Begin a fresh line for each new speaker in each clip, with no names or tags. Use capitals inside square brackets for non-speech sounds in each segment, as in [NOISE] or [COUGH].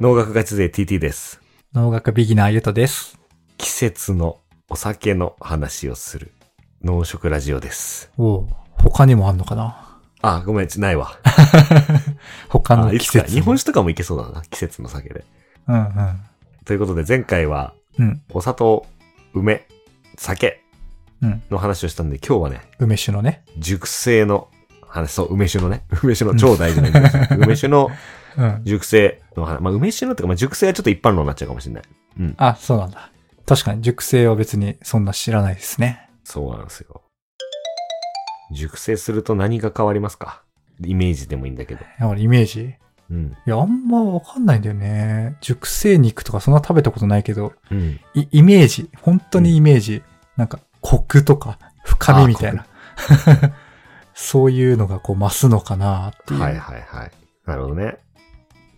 農学ガチ勢 TT です。
農学ビギナーゆとです。
季節のお酒の話をする農食ラジオです。
おう他にもあんのかな [LAUGHS]
あ、ごめん、ちないわ。
他の
あい
季
つか
節。
日本酒とかもいけそうだな。季節の酒で。
うんうん。
ということで、前回は
うん。
お砂糖、梅、酒
うん
の話をしたんで、今日はね、
梅酒のね。
熟成の話、そう、梅酒のね、 [LAUGHS] 梅酒の超大事な
[LAUGHS]
梅酒梅酒の
うん。
熟成の話。まあ、梅酒のってか、まあ、熟成はちょっと一般論になっちゃうかもしれない。
あ、そうなんだ。確かに熟成は別にそんな知らないですね。
そうなんですよ。熟成すると何が変わりますかイメージでもいいんだけど。
いや俺イメージい
うん。
や、あんまわかんないんだよね。熟成肉とかそんな食べたことないけど、
うん。
いイメージ、本当にイメージ、なんかコクとか深みみたいな。 [LAUGHS] そういうのがこう増すのかなっていう。
はいはいはい。なるほどね。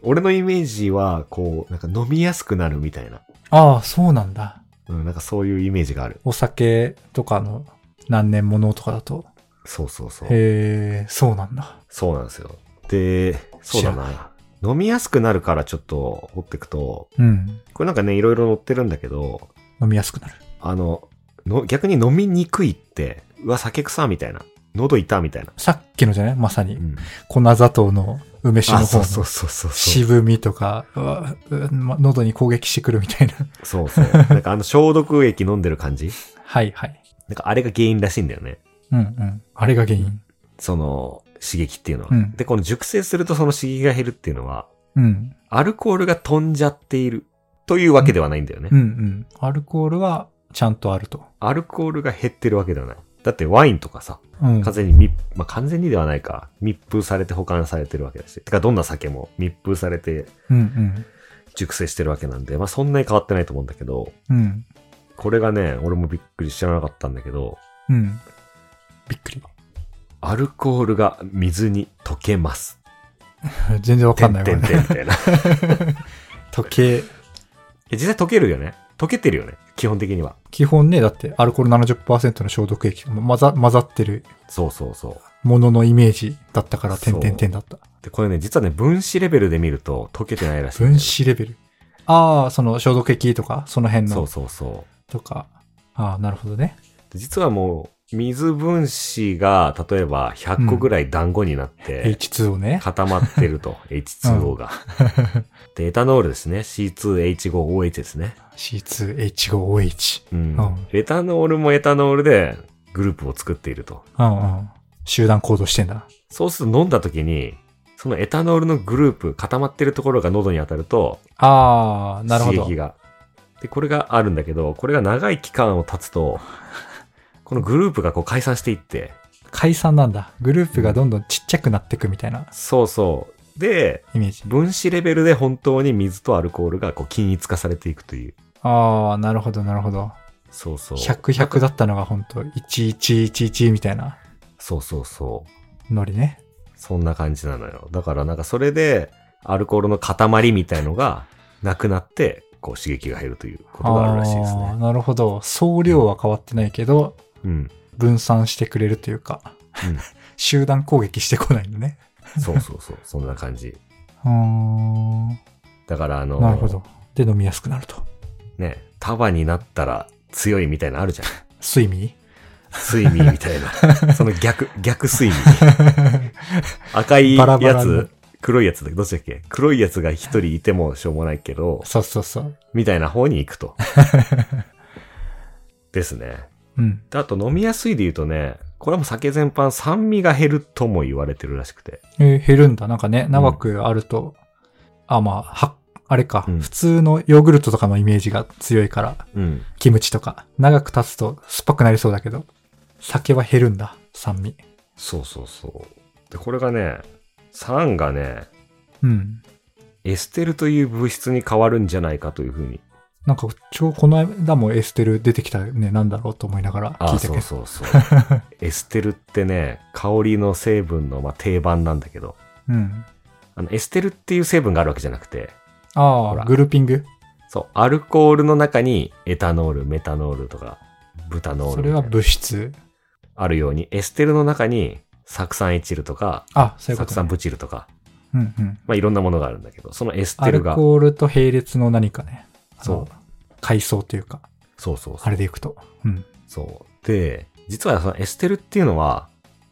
俺のイメージは、こう、なんか飲みやすくなるみたいな。
ああ、そうなんだ。
うん、なんかそういうイメージがある。
お酒とかの何年ものとかだと。
そうそうそう。
へえ、そうなんだ。
そうなんですよ。で、そうだな。飲みやすくなるからちょっと掘ってくと、
うん。
これなんかね、いろいろ載ってるんだけど、
飲みやすくなる。
あの、の逆に飲みにくいって、うわ、酒臭みたいな。喉痛みたいな。
さっきのじゃないまさ
う
に。
ん。
粉砂糖の梅酒の
あ、
方
そうそう
の
そうそうそう。
渋みとか、うわうま喉に攻撃してくるみたいな。 [LAUGHS]
そうそう。なんかあの消毒液飲んでる感じ
はいはい。
なんかあれが原因らしいんだよね。
うんうん。あれが原因。
その刺激っていうのは。
うん
で、この熟成するとその刺激が減るっていうのは、
うん。
アルコールが飛んじゃっているというわけではないんだよね。
うんうん。アルコールはちゃんとあると。
アルコールが減ってるわけではない。だってワインとかさ、
うん。
完全に密、まあ、完全にではないか。密封されて保管されてるわけだし。てか、どんな酒も密封されて
うんうん。
熟成してるわけなんで、まあそんなに変わってないと思うんだけど、
うん。
これがね、俺もびっくり知らなかったんだけど、
うん。びっくり。 [LAUGHS]
アルコールが水に溶けます。
全然わ
て
か
ん
んない
て
わ
んてんみたいな。
時計。
え実際溶けるよね。溶けてるよね。基本的には。
基本ね、だってアルコール70%の消毒液が混ざ混ざってる
そうそうそう。
もののイメージだったから、
そう
点点点だった。
で、これね、実はね、分子レベルで見ると溶けてないらしいんだよね、
分子レベル。ああ、その消毒液とか、その辺
そう
の
そうそう。
とか。ああ、なるほどね。
で実はもう、水分子が、例えば100個ぐらい団子になって、
H2 をね。
固まってると。H2O が。で、エタノールですね。C2H5OH ですね。
C2H5OH。
うん。
うん
エタノールもエタノールでグループを作っていると。
うんうん。集団行動してんだ。
そうすると飲んだ時に、そのエタノールのグループ、固まってるところが喉に当たると、
ああ、なるほ
刺
ど
激。が。で、これがあるんだけど、これが長い期間を経つ
[LAUGHS]
と、このグループがこう解散していって、
解散なんだ。グループがどんどんちっちゃくなってくみたいな
そうそう。で、
イメージ。
分子レベルで本当に水とアルコールがこう均一化されていくという。
ああ、なるほど、なるほど。
そうそう。
100、100だったのが本当1111みたいな
そうそうそう。
ノリね。
そんな感じなのよ。だからなんかそれで、アルコールの塊みたいのがなくなって、こう刺激が減るということがあるらしいです
あー
ね。
なるほど。総量は変わってないけど、
うん。
分散してくれるというか、 [LAUGHS] 集団攻撃してこないのね。
うん。そうそうそう。そんな感じ。
うーん。
だからあの、
なるほど。で、飲みやすくなると。
ね、束になったら強いみたいなのあるじゃん。
睡眠
睡眠みたい
[LAUGHS]
な。その逆、逆睡眠。赤いやつ、
バラバラの
黒いやつだけど、どっちだっけ黒いやつが一人いてもしょうもないけど、
そうそうそう。
みたいな方に行く
[LAUGHS]
と。ですね。
うん。
であと飲みやすいで言うとね、これはもう酒全般酸味が減るとも言われてるらしくて。
えー減るんだ。なんかね、長くあると、あ、まあ、は、あれか、
うん
普通のヨーグルトとかのイメージが強いから、
うん。
キムチとか、長く経つと酸っぱくなりそうだけど、酒は減るんだ。酸味。
そうそうそう。で、これがね、酸がね、
うん。
エステルという物質に変わるんじゃないかというふうに
なんか、ちょう、この間もエステル出てきたね、なんだろうと思いながら
あ
聞いたけど。
そうそうそう。
[LAUGHS]
エステルってね、香りの成分のまあ定番なんだけど、
うん。
あのエステルっていう成分があるわけじゃなくて、
あ
ほら
あ、グルーピング。
そう、アルコールの中にエタノール、メタノールとか、ブタノー
そ
ルみ
れ
た
はい
な
物質。
あるように、エステルの中に酢酸エチルとか、
あ、
酢
そういうこと、
酸
ね。
ブチルとか、
うんうん。
まあ、いろんなものがあるんだけど、そのエス
ア
テ
ル
ルが、
コールと並列の何かね。あ
そ
の
う。
階層というか、
そうそうそ
あ
う。
れでいくと。うん。
そう。で、実はそのエステルっていうのは、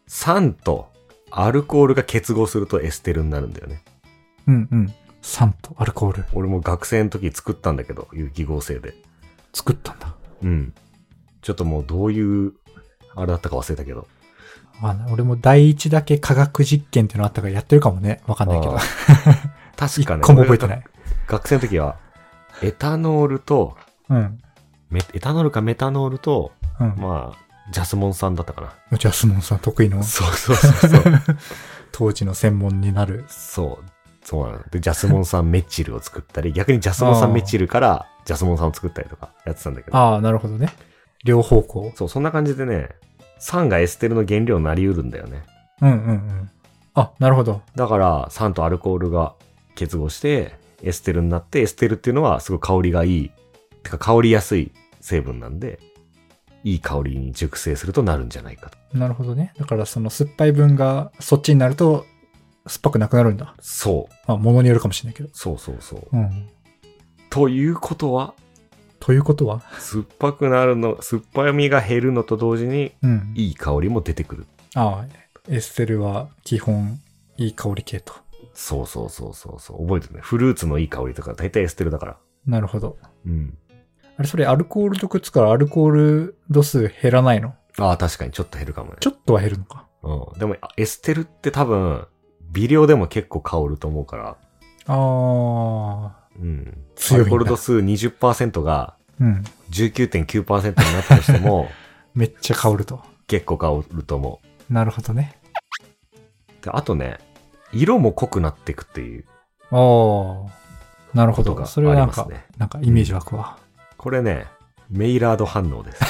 酸とアルコールが結合するとエステルになるんだよね。
うんうん。酸とアルコール
俺も学生の時作ったんだけど、有機合成で。
作ったんだ。
うん。ちょっともうどういう、あれだったか忘れたけど。
あの俺も第一だけ科学実験っていうのあったからやってるかもね。わかんないけど
あ。確
一
かね。。
個も覚えてな
[LAUGHS]
いい。
学生の時は、エタノールと、
うん。
メエタノールかメタノールと、
うん。
まあ、ジャスモン酸だったかな。
ジャスモンさん得意の
そうそうそうそう。
当時の専門になる。
そう。そうなの。で、ジャスモン酸メチルを作ったり、逆にジャスモン酸メチルからジャスモン酸を作ったりとかやってたんだけど。
ああ、なるほどね。両方向。
そう、そんな感じでね、酸がエステルの原料になりうるんだよね。
うんうんうん。あ、なるほど。
だから、酸とアルコールが結合して、エステルになって、エステルっていうのはすごい香りがいい、てか香りやすい成分なんで、いい香りに熟成するとなるんじゃないかと。
なるほどね。だからその酸っぱい分がそっちになると酸っぱくなくなるんだ。
そう。
まあ、ものによるかもしれないけど。
そうそうそう。
うん。
ということは、
ということは
酸っぱくなるの、酸っぱみが減るのと同時に、
うん。
いい香りも出てくる。
ああ、エステルは基本いい香り系と。
そうそうそうそうそう。覚えてるね。フルーツのいい香りとか、大体エステルだから。
なるほど。
うん。
あれ、それアルコールとくっつくからアルコール度数減らないの
ああ、確かにちょっと減るかもね。
ちょっとは減るのか。
うん。でも、あエステルって多分、微量でも結構香ると思うから、うん。ア
あ強いんだ
ルコール度数20%が
あ、うん。
19.9%になったとしても、
[LAUGHS] めっちゃ香ると。
結構香ると思
なるほどね。
う。で、あとね、色も濃くなっていくっていう
ああ、なるほ
こと
ど。
があ
それはな
り
ん
ます
か、
ね。
なんかイメージ湧くわ。
これね、メイラード反応です。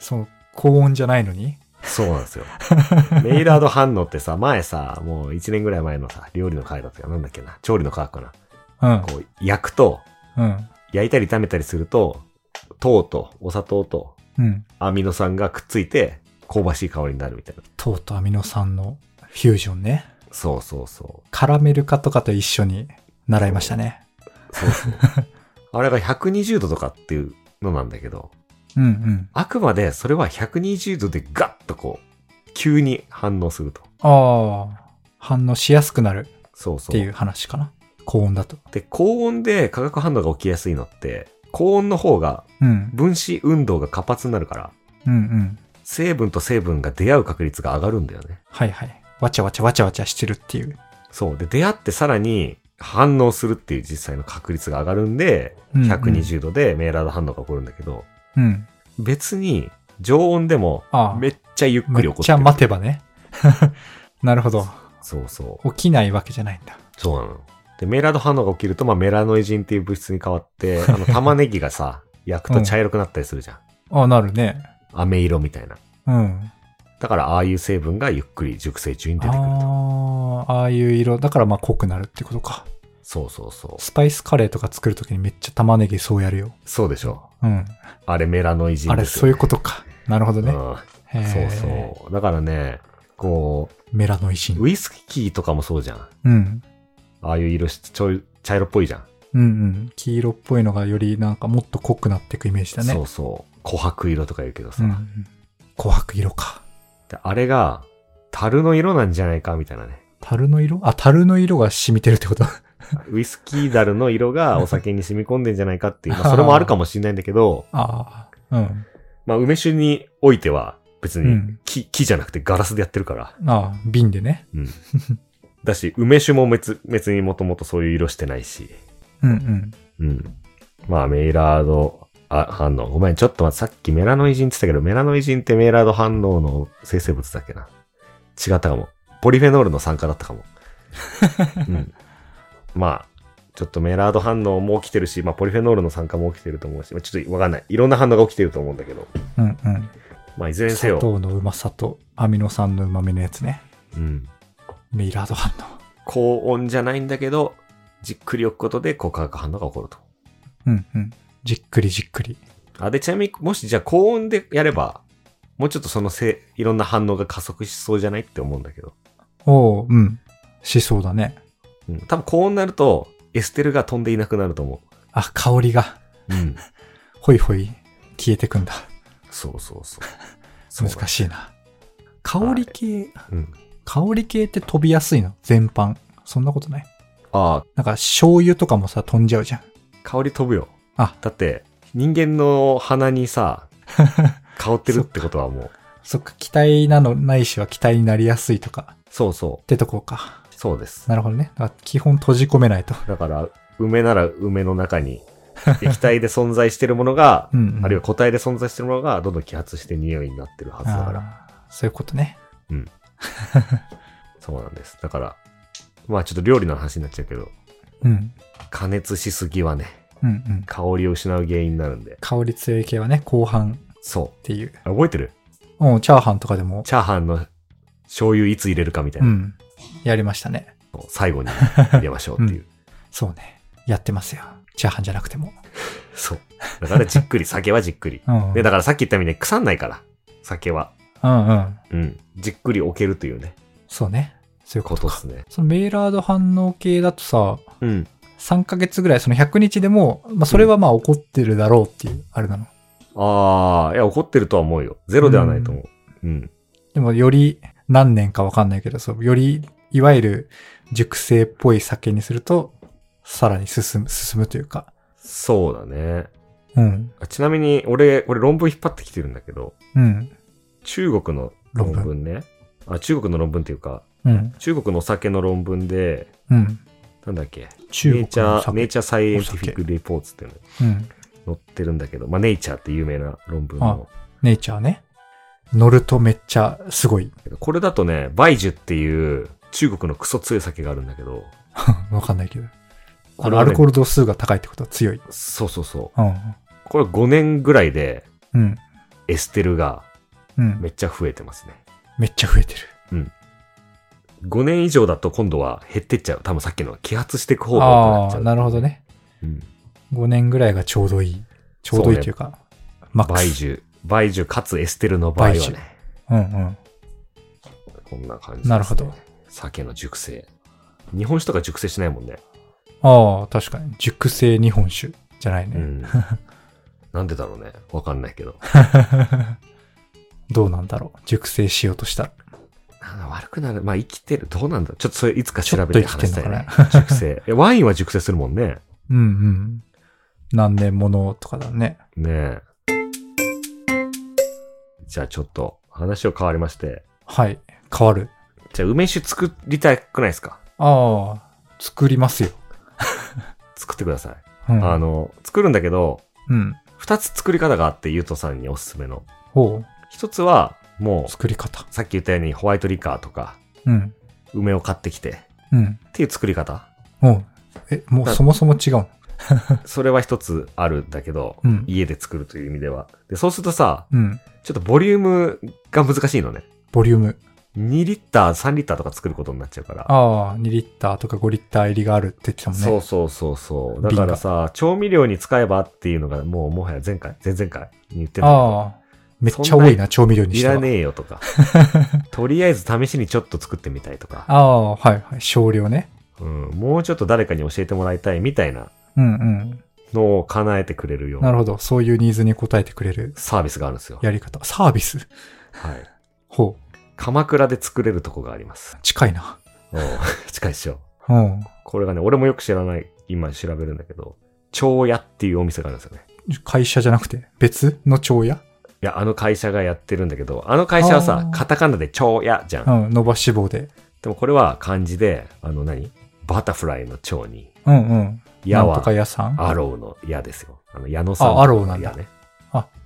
その高温じゃないのに
そうなんですよ。 [LAUGHS] メイラード反応ってさ、前さ、もう1年ぐらい前のさ、料理の回だったかなんだっけな、調理の科学かな。
うん。
こう、焼くと、
うん。
焼いたり炒めたりすると、糖とお砂糖と
うん。
アミノ酸がくっついて、香ばしい香りになるみたいな。
糖とアミノ酸のフュージョンね。
そうそうそう。
カラメル化とかと一緒に習いましたね。
そうそう。あれが120度とかっていうのなんだけど、
うんうん。
あくまでそれは120度でガッとこう、急に反応すると。
ああ、反応しやすくなる
そうそう。
っていう話かな。高温だと。
で、高温で化学反応が起きやすいのって、高温の方が
うん。
分子運動が活発になるから、
うんうん。
成分と成分が出会う確率が上がるんだよね。
はいはい。わちゃわちゃわちゃわちゃしてるっていう。
そう。で、出会ってさらに反応するっていう実際の確率が上がるんで、
うんうん
120度でメイラード反応が起こるんだけど、
うん。
別に常温でも
ああ
めっちゃゆっく
め
り
っ
起こって
ちゃ待てばね。 [LAUGHS] なるほど。
そうそう。
起きないわけじゃないんだ。
そうなの。で、メイラード反応が起きると、まあ、メラノイジンっていう物質に変わ
[LAUGHS]
って、あの、玉ねぎがさ、焼くと茶色くなったりするじゃん。
ああ、なるね。
飴色みたいな。
うん。
だから、ああいう成分がゆっくり熟成中に出てくると。
ああ、ああいう色。だからまあ濃くなるってことか。
そうそうそう。
スパイスカレーとか作るときにめっちゃ玉ねぎそうやるよ。
そうでしょ。
うん。
あれメラノイジン
あれ、
です
そういうことか。なるほどね。
うん
へー
そうそう。だからね、こ
メラノイ
う、
シン。
ウイスキーとかもそうじゃん。
うん。
ああいう色し、ちょい、茶色っぽいじゃん。
うんうん。黄色っぽいのがよりなんかもっと濃くなっていくイメージだね。
そうそう。琥珀色とか言うけどさ。
うんうん。琥珀色か。
であれが、樽の色なんじゃないかみたいなね。
樽の色あ、樽の色が染みてるってこと
ウイスキー樽の色がお酒に染み込んでんじゃないか
[LAUGHS]
っていう。まあ、それもあるかもしれないんだけど、
ああ。うん。
まあ、梅酒においては、別
う
に
ん
木、木じゃなくてガラスでやってるから。
ああ、瓶でね。
うん。だし、梅酒も別、別にもともとそういう色してないし。
うんうん。
うん。まあ、メイラードあ反応。ごめん、ちょっと待って、さっきメラノイジンって言ったけど、メラノイジンってメイラード反応の生成物だっけな。違ったかも。ポリフェノールの酸化だったか
[LAUGHS]
も。うん。まあ、ちょっとメラード反応も起きてるし、まあ、ポリフェノールの酸化も起きてると思うし、まあちょっとわかんない。いろんな反応が起きてると思うんだけど、
うんうん。
まあ、いずれにせ
砂
よ、
糖のうまさとアミノ酸のうまみのやつね。
うん。
メイラード反応。
高温じゃないんだけど、じっくり置くことで、こう化学反応が起こると。
うんうん。じっくりじっくり。
あ、で、ちなみに、もしじゃあ高温でやれば、もうちょっとそのせい、いろんな反応が加速しそうじゃないって思うんだけど。
おう、うん。しそうだね。
うん、多分高温になると、エステルが飛んでいなくなると思
あ、香りが、
う。うん。
ほいほい消えてくんだ。
[LAUGHS] そうそうそう。
[LAUGHS] 難
い。
しいな。香り系、
うん。
香り系って飛びやすいの全般。そんなことない。
ああ、
なんか醤油とかもさ、飛んじゃうじゃん。
香り飛ぶよ。
あ
だって、人間の鼻に
[LAUGHS]
さ、香ってるってことはもう、
そっか、気体なのないしは気体になりやすいとか、
そうそ
ってとこか
う。、そうです。
なるほどね。だから基本閉じ込めないと。
だから、梅なら梅の中に、液体で存在してるものが
[LAUGHS] う、ん、うん。
あるいは個体で存在してるものが、どんどん揮発して匂いになってるはずだから。
あーそういうことね。
そうなんです。だから、まあちょっと料理の話になっちゃうけど、
うん。
加熱しすぎはね、
うんうん。
香りを失う原因になるんで。
香り強い系はね、後半っ
そ
ていう
う。。あ覚えてる
うん、チャーハンとかでも、
チャーハンの醤油いつ入れるかみたいうな、
ん。やりましたね。
最後に入れましょ [LAUGHS] うっていう。
そうね。やってますよ。チャーハンじゃなくても。
そう。だからじっくり、酒はじっくり。
うん。うん
で、だからさっき言ったみたいに腐んないから、酒は。
うん。
うん。じっくり置けるというね、
そうね。そういうこ
こと
と
っ
か。
すね。
そのメイラード反応系だとさ、
うん。
3ヶ月ぐらい、その100日でも、まあ、それはまあ怒ってるだろうっていう、あれなの。
ああ、いや、怒ってるとは思うよ。ゼロではないと思う。うん。
でも、より何年かわかんないけど、そう、より、いわゆる熟成っぽい酒にすると、さらに進む、進むというか。
そうだね。
うん。
あちなみに、俺、俺論文引っ張ってきてるんだけど、
うん。
中国の論文ね。あ、中国の論文っていうか、
うん。
中国のお酒の論文で、
うん。
なんだっけ、
中
ネイチ
国
ャ
の
ー、
酒。
ネイチャーサイエンティフィックレポーツっていうの
うん。
載ってるんだけど、まあ、ネイチャーって有名な論文の。
ネイチャーね。乗るとめっちゃすごい。 [LAUGHS]
これだとね、バイジュっていう中国のクソ強い酒があるんだけど、
わかんないけど。
こ
あ
れ
の、
は
ア
ね
ルコール度数が高いってことは強い。
そうそうそう。
うん。
これ5年ぐらいで
うん。
エステルが
うん。
めっちゃ増えてますね。
めっちゃ増えてる。
5年以上だと今度は減ってっちゃう。多分さっきの揮発していく方が多くな
あ
っち
あ
ゃ
ー、
う。
なるほど。ね。
うん。
5年ぐらいがちょうどいい。ちょうどいいというか、マック
バイ
ス。
ジュ、バイジュかつエステルの場合は
バイジ
ね
ュ、うんうん。
こんな感じ、
なるほど。
酒の熟成。日本酒とか熟成しないもんね。
ああ、確かに。熟成日本酒じゃないね。
う
[LAUGHS]
ん。なんでだろうね。わかんないけど。
どうなんだろう。熟成しようとしたら。
なんか悪くなる。まあ生きてる。どうなんだちょっとそれいつか調べて
ちょっと
話
生き
してた
ん
い
のか
ね
ね。
熟成。えワインは熟成するもんね。
うんうん。何年ものとかだね。
ねえ。じゃあちょっと話を変わりまして。
はい。変わる。
じゃあ梅酒作りたくないですか
ああ、作りますよ。
作ってください。
うん。
あの、作るんだけど、
うん。
二つ作り方があって、ゆうとさんにおすすめの。
ほ
一つは、も
う。作り方
う、。さっき言ったようにホワイトリカーとか、
うん。
梅を買ってきて、
うん。
っていう作り
[LAUGHS]
方。
おう。え、もう
だ
そもそも違うの
それは一つあるんだけど、
うん
家で作るという意味では。で、そうするとさ、
うん。
ちょっとボリュームが難しいのね。
ボリューム。
2リッター、3リッターとか作ることになっちゃうから。
ああ、2リッターとか5リッター入りがあるって言ってたもんね。
そうそうそうそう。だからさ、調味料に使えばっていうのがもうもはや前回、前々回に言ってるんだけど
ああ。めっちゃ多いな、調味料に
い
しては。
らねえよとか。 [LAUGHS]
[LAUGHS]
とりあえず試しにちょっと作ってみたいとか。
ああ、はいはい。少量ね。
うん、もうちょっと誰かに教えてもらいたいみたいな
うんうん。
のを叶えてくれるよう
なる
な
ほど。そういうニーズに応えてくれる
サービスがあるんですよ。
やり方。サービス
はい。
ほう。
鎌倉で作れるとこがあります。
近いな。
おう [LAUGHS] 近いっしょ。
うん。
これがね、俺もよく知らない、今調べるんだけど、蝶屋っていうお店があるんですよね。
会社じゃなくて、別の蝶屋
いや、あの会社がやってるんだけど、あの会社はさ
あ、ー
カタカナで蝶屋じゃん。
うん。伸ばし棒で。
でもこれは漢字で、あの何バタフライの蝶に、
うんうん。
矢
なんと
は
か屋さん。
アローの矢ですよ。あの、矢野さんと
あ
か
ア
の矢
ロ
ね。
ーなんだ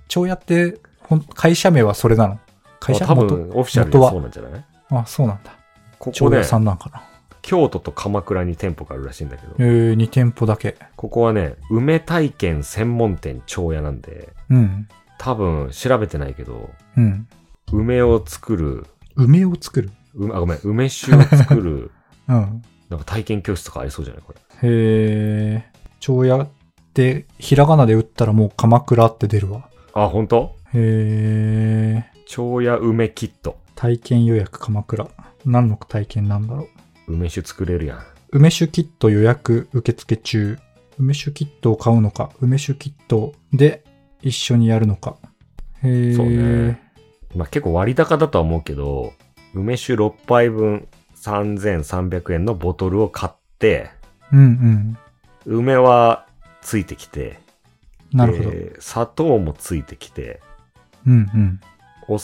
蝶屋って、ほん、会社名はそれなの会社
あ多
元
分、オフィシャルで
元は
そうなんじゃない
あ、そうなんだ。
ここ
蝶
ね
屋、さんなんかな。
京都と鎌倉に店舗があるらしいんだけど
え、ー、2店舗だけ。
ここはね、梅体験専門店蝶屋なんで、
うん。
多分、調べてないけど、
うん。
梅を作る、
梅を作る。
うあ、ごめん、梅酒を作
[LAUGHS]
る、
うん。
なんか体験教室とかありそうじゃないこれ。
へえ。蝶屋って、ひらがなで打ったらもう鎌倉って出るわ。
あ、本当？
へえ。
蝶屋梅キット。
体験予約鎌倉。何の体験なんだろ
梅酒作れるやん。
梅酒キット予約受付中。梅酒キットを買うのか、梅酒キットで一緒にやるのか。へー
そうね。まあ結構割高だとは思うけど、梅酒6杯分3300円のボトルを買って、
うんうん。
梅はついてきて、
なるほど。
で砂糖もついてきて、
うん
お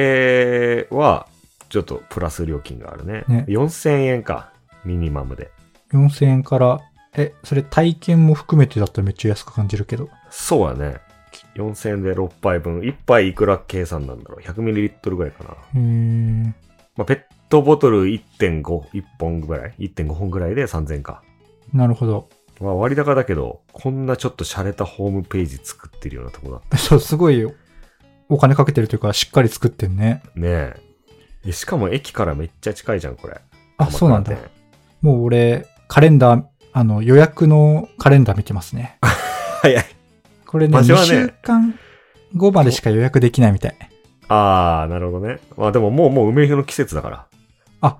酒はちょっとプラス料金があるね。
ね
4000円か、ミニマムで。
うん。4000円から、え、それ体験も含めてだったらめっちゃ安く感じるけど。
そうやね。4000円で6杯分。1杯いくら計算なんだろう。100ml ぐらいかな。
へー
まあ、ペットボトル1.5、1本ぐらい ?1.5 本ぐらいで3000か。
なるほど。 [LAUGHS]
まあ、割高だけど、こんなちょっと洒落たホームページ作ってるようなとこだっ
そう、すごいよ。お金かけてるというか、しっかり作ってんね。
たねえ。えしかも駅からめっちゃ近いじゃん、これ。
あ、そうなんだ
鎌。倉
もう俺、カレンダー、あの、予約のカレンダー見てますね。
店。早い。
これね、
場所
2
はね
週間後までしか予約できないみたい。
あー、なるほどね。まあでももうもう梅酒の季節だから。
あ、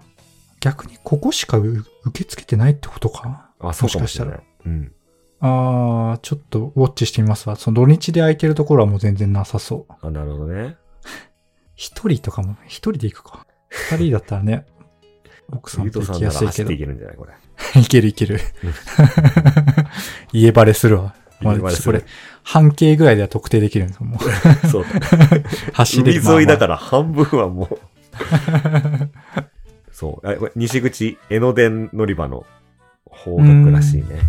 逆にここしかう受け付けてないってことか。
あ、そうかもしれない。
も
うん。
あー、ちょっとウォッチしてみますわ。その土日で空いてるところはもう全然なさそう。
あ、なるほどね。
一人とかも、一人で行くか。二人だったら
[LAUGHS]
ね、奥さ
ゆ
んと
とさ
行
ん
き
な
や
ら
すい
走
け
っ
ど
てい。けるんじゃないこれ。
いけるいける。家バレするわ。まあ、
今です
これ、半径ぐらいでは特定できるんですもう [LAUGHS]
そう。
走
海
り。
沿いだからら半分は
[LAUGHS]
もう。そう。あこれ西口江ノ電乗り場の方角らしいね。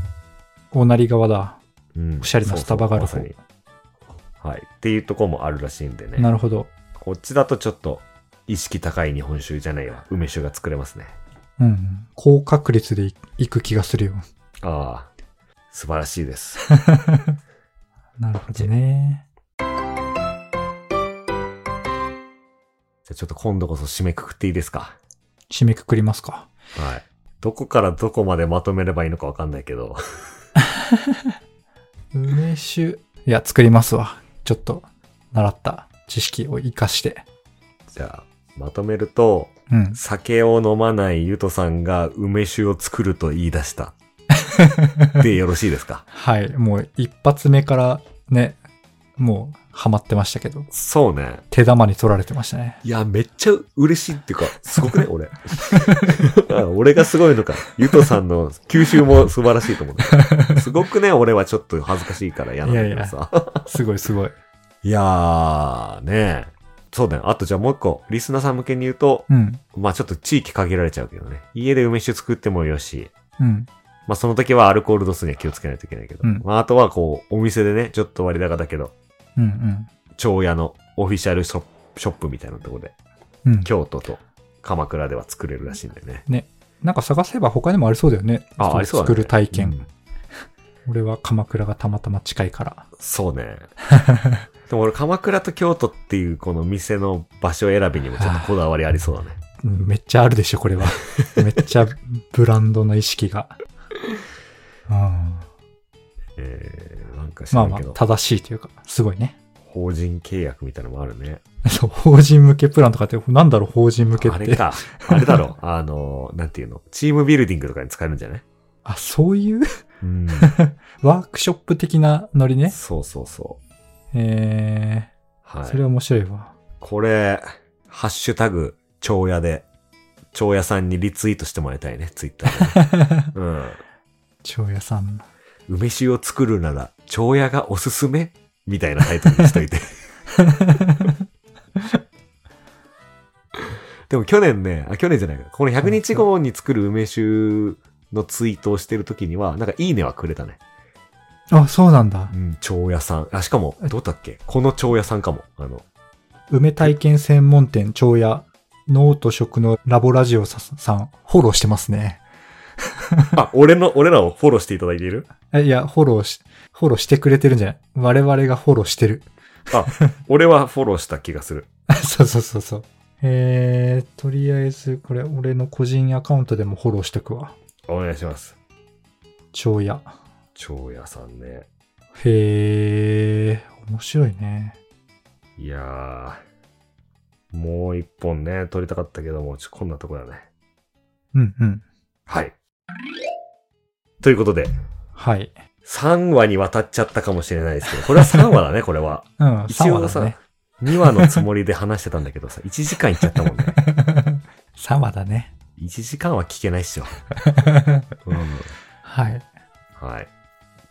大成川だ。
うん
おしゃれなスタバがある方
そうそうまさにはい。っていうとこもあるらしいんでね。
なるほど。
こっちだとちょっと意識高い日本酒じゃないわ。梅酒が作れますね。
うんうん。高確率で行く気がするよ。
ああ。素晴らしいです。 [LAUGHS]
なるほどね。
じゃあちょっと今度こそ締めくくっていいですか。
締めくくりますか。
はい。どこからどこまでまとめればいいのかわかんないけど。
梅酒。いや、作りますわ。ちょっと、習った知識を活かして。
じゃあ、まとめると、
うん。
酒を飲まないゆとさんが梅酒を作ると言い出 [LAUGHS] した。で、よろしいですか
はい。もう一発目からね、もうハマってましたけど、
そうね。
手玉に取られてましたね。
いや、めっちゃ嬉しいっていうか、すごくね、俺。 [LAUGHS] あ俺がすごいのか。ゆとさんの吸収も素晴らしいと思う。すごくね、俺はちょっと恥ずかしいから嫌なんだけどさ。
すごいすごい。
いやー、ねそうだよ。あとじゃあもう一個、リスナーさん向けに言うと、
うん。
まあちょっと地域限られちゃうけどね。家で梅酒作ってもよし、
うん。
まあその時はアルコール度数には気をつけないといけないけど、
うん
まああとはこう、お店でね、ちょっと割高だけど、
うん
長屋のオフィシャルショップショップみたいなところで、
うん。うん。
京都と鎌倉では作れるらしいんだよね。
なんか探せば他にもありそうだよね。
あ、ありそうだね
作る体験、
うん
俺は鎌倉がたまたま近いから。
そう
[LAUGHS]
ね。でも俺、鎌倉と京都っていうこの店の場所選びにもちょっとこだわりありそうだね。
うんめっちゃあるでしょ、
[LAUGHS]
これは。めっちゃブランドの意識が。うん、
えー、なんか知
ま
ら
あ
ん
まあ
けど、、
正しいというか、すごいね。
法人契約みたいなのもあるね。
そう、 [LAUGHS] 法人向けプランとかって、なんだろう、法人向けって。
あれか。あれだろ。 [LAUGHS] あの、なんていうの。チームビルディングとかに使えるんじゃない
[LAUGHS] あそういう [LAUGHS]
うん。
ワークショップ的なノリね。
そうそうそう。
え
は
ー、
い。
それ面白いわ。
これ、ハッシュタグ、蝶屋で、蝶屋さんにリツイートしてもらいたいね、ツイッターで。
蝶屋さん。
うん。梅酒を作るなら、蝶屋がおすすめみたいなタイトルにしといて。でも去年ね、あ、去年じゃないか。この100日後に作る梅酒のツイートをしてる時には、なんかいいねはくれたね。
あ、そうなんだ
う。ん、蝶屋さん。あ、しかも、どうだっけこの蝶屋さんかも。あの、
梅体験専門店長屋、脳と食のラボラジオささん、フォローしてますね。
あ、俺の、俺らをフォローしていただいている
えいや、フォローし、フォローしてくれてるんじゃない我々がフォローしてる。 [LAUGHS]
あ、俺はフォローした気がする。
そうそうそうそう。えー、とりあえず、これ、俺の個人アカウントでもフォローしとくわ。
お願いします。
長屋。
蝶屋さんね。
へー、面白いね。
いやー、もう一本ね、撮りたかったけども、ちょこんなとこだね。
うんうん。
はい。
ということで、
はい。
3話にわたっちゃったかもしれないですけど、これは3話だ
[LAUGHS]
ね、これは。
うん、
一
3
応
話
さ、
だね。
2話のつもりで話してたんだけどさ、1時 [LAUGHS] 間いっちゃったもんね。
3話だね。
1時間は聞けないっしょ。うん、
はい。
はい。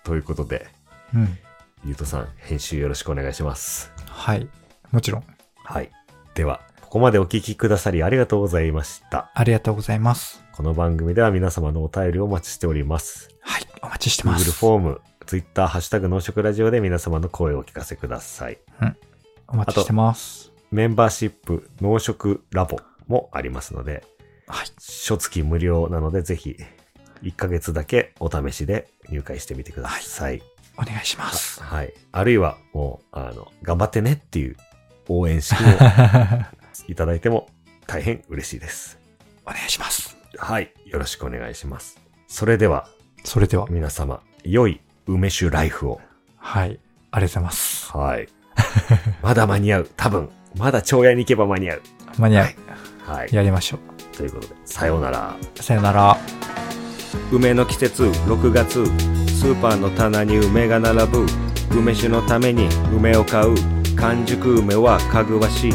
ということで、
うん。
ゆうとさん、編集よろしくお願いします。
はい。もちろん。
はい。では、ここまでお聞きくださりありがとうございました。
ありがとうございます。
この番組では皆様のお便りをお待ちしております。
はい。お待ちしてます。
Google フォーム、Twitter、ハッシュタグ農食ラジオで皆様の声をお聞かせください。
お待ちしてます。
メンバーシップ、農食ラボもありますので、
はい。
初月無料なので、ぜひ、1ヶ月だけお試しで入会してみてください。
お願い
[LAUGHS]
します。
はい。あるいは、もう、あの、頑張ってねっていう応援式をいただいても大変嬉しいです。
お願いします。
はい。よろしくお願いします。それでは、
それでは。
皆様、良い梅酒ライフを。
はい。ありがとうございます。
はい。まだ間に合う。多分、まだ町屋に行けば間に合う。
間に合う。
はい。
やりましょ
ということで、さようなら。
う。さよなら。
梅の季節6月スーパーの棚に梅が並ぶ梅酒のために梅を買う完熟梅はかぐわしい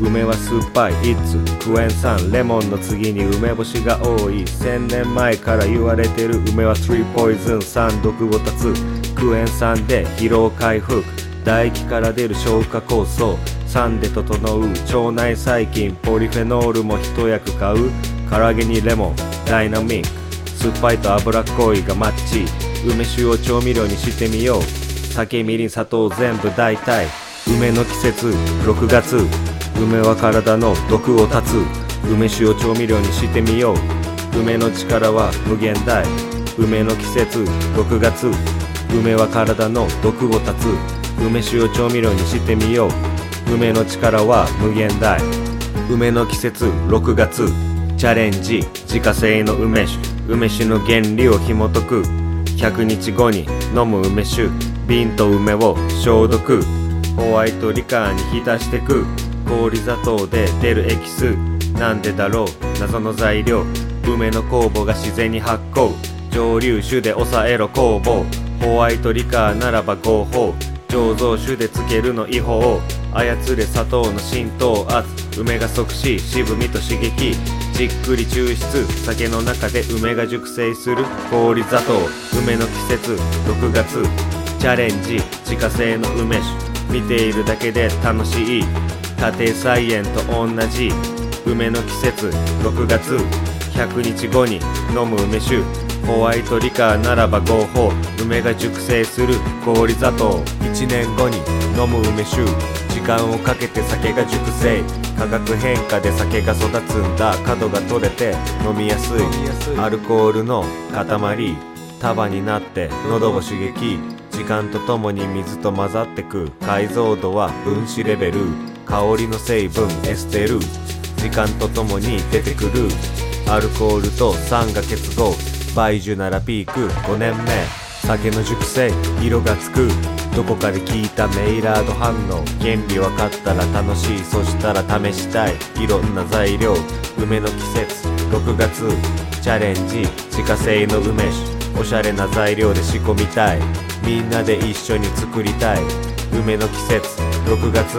梅は酸っぱい It's クエン酸レモンの次に梅干しが多い1000年前から言われてる梅は3ポイズン3毒を断つクエン酸で疲労回復唾液から出る消化酵素酸で整う腸内細菌ポリフェノールも一役買う唐揚げにレモンダイナミック酸っぱいと脂っこいがマッチ梅酒を調味料にしてみよう酒みりん砂糖全部大体梅の季節6月梅は体の毒を断つ梅酒を調味料にしてみよう梅の力は無限大梅の季節6月梅は体の毒を断つ梅酒を調味料にしてみよう梅の力は無限大梅の季節6月チャレンジ自家製の梅酒梅酒の原理を紐解く100日後に飲む梅酒瓶と梅を消毒ホワイトリカーに浸してく氷砂糖で出るエキスなんでだろう謎の材料梅の酵母が自然に発酵蒸留酒で抑えろ酵母ホワイトリカーならば合法醸造酒でつけるの違法操れ砂糖の浸透圧梅が即死渋みと刺激じっくり抽出酒の中で梅が熟成する氷砂糖梅の季節6月チャレンジ自家製の梅酒見ているだけで楽しい家庭菜園と同じ梅の季節6月100日後に飲む梅酒ホワイトリカーならば合法梅が熟成する氷砂糖1年後に飲む梅酒時間をかけて酒が熟成化学変化で酒が育つんだ角が取れて飲みやすいアルコールの塊束になって喉を刺激時間とともに水と混ざってく解像度は分子レベル香りの成分エステル時間とともに出てくるアルコールと酸が結合梅樹ならピーク5年目酒の熟成色がつくどこかで聞いたメイラード反応原理分かったら楽しいそしたら試したいいろんな材料梅の季節6月チャレンジ自家製の梅酒おしゃれな材料で仕込みたいみんなで一緒に作りたい梅の季節6月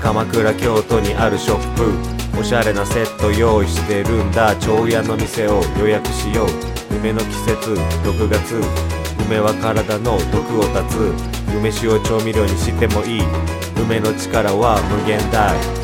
鎌倉京都にあるショップおしゃれなセット用意してるんだ長屋の店を予約しよう梅の季節6月梅は体の毒を断つ梅酒を調味料にしてもいい梅の力は無限大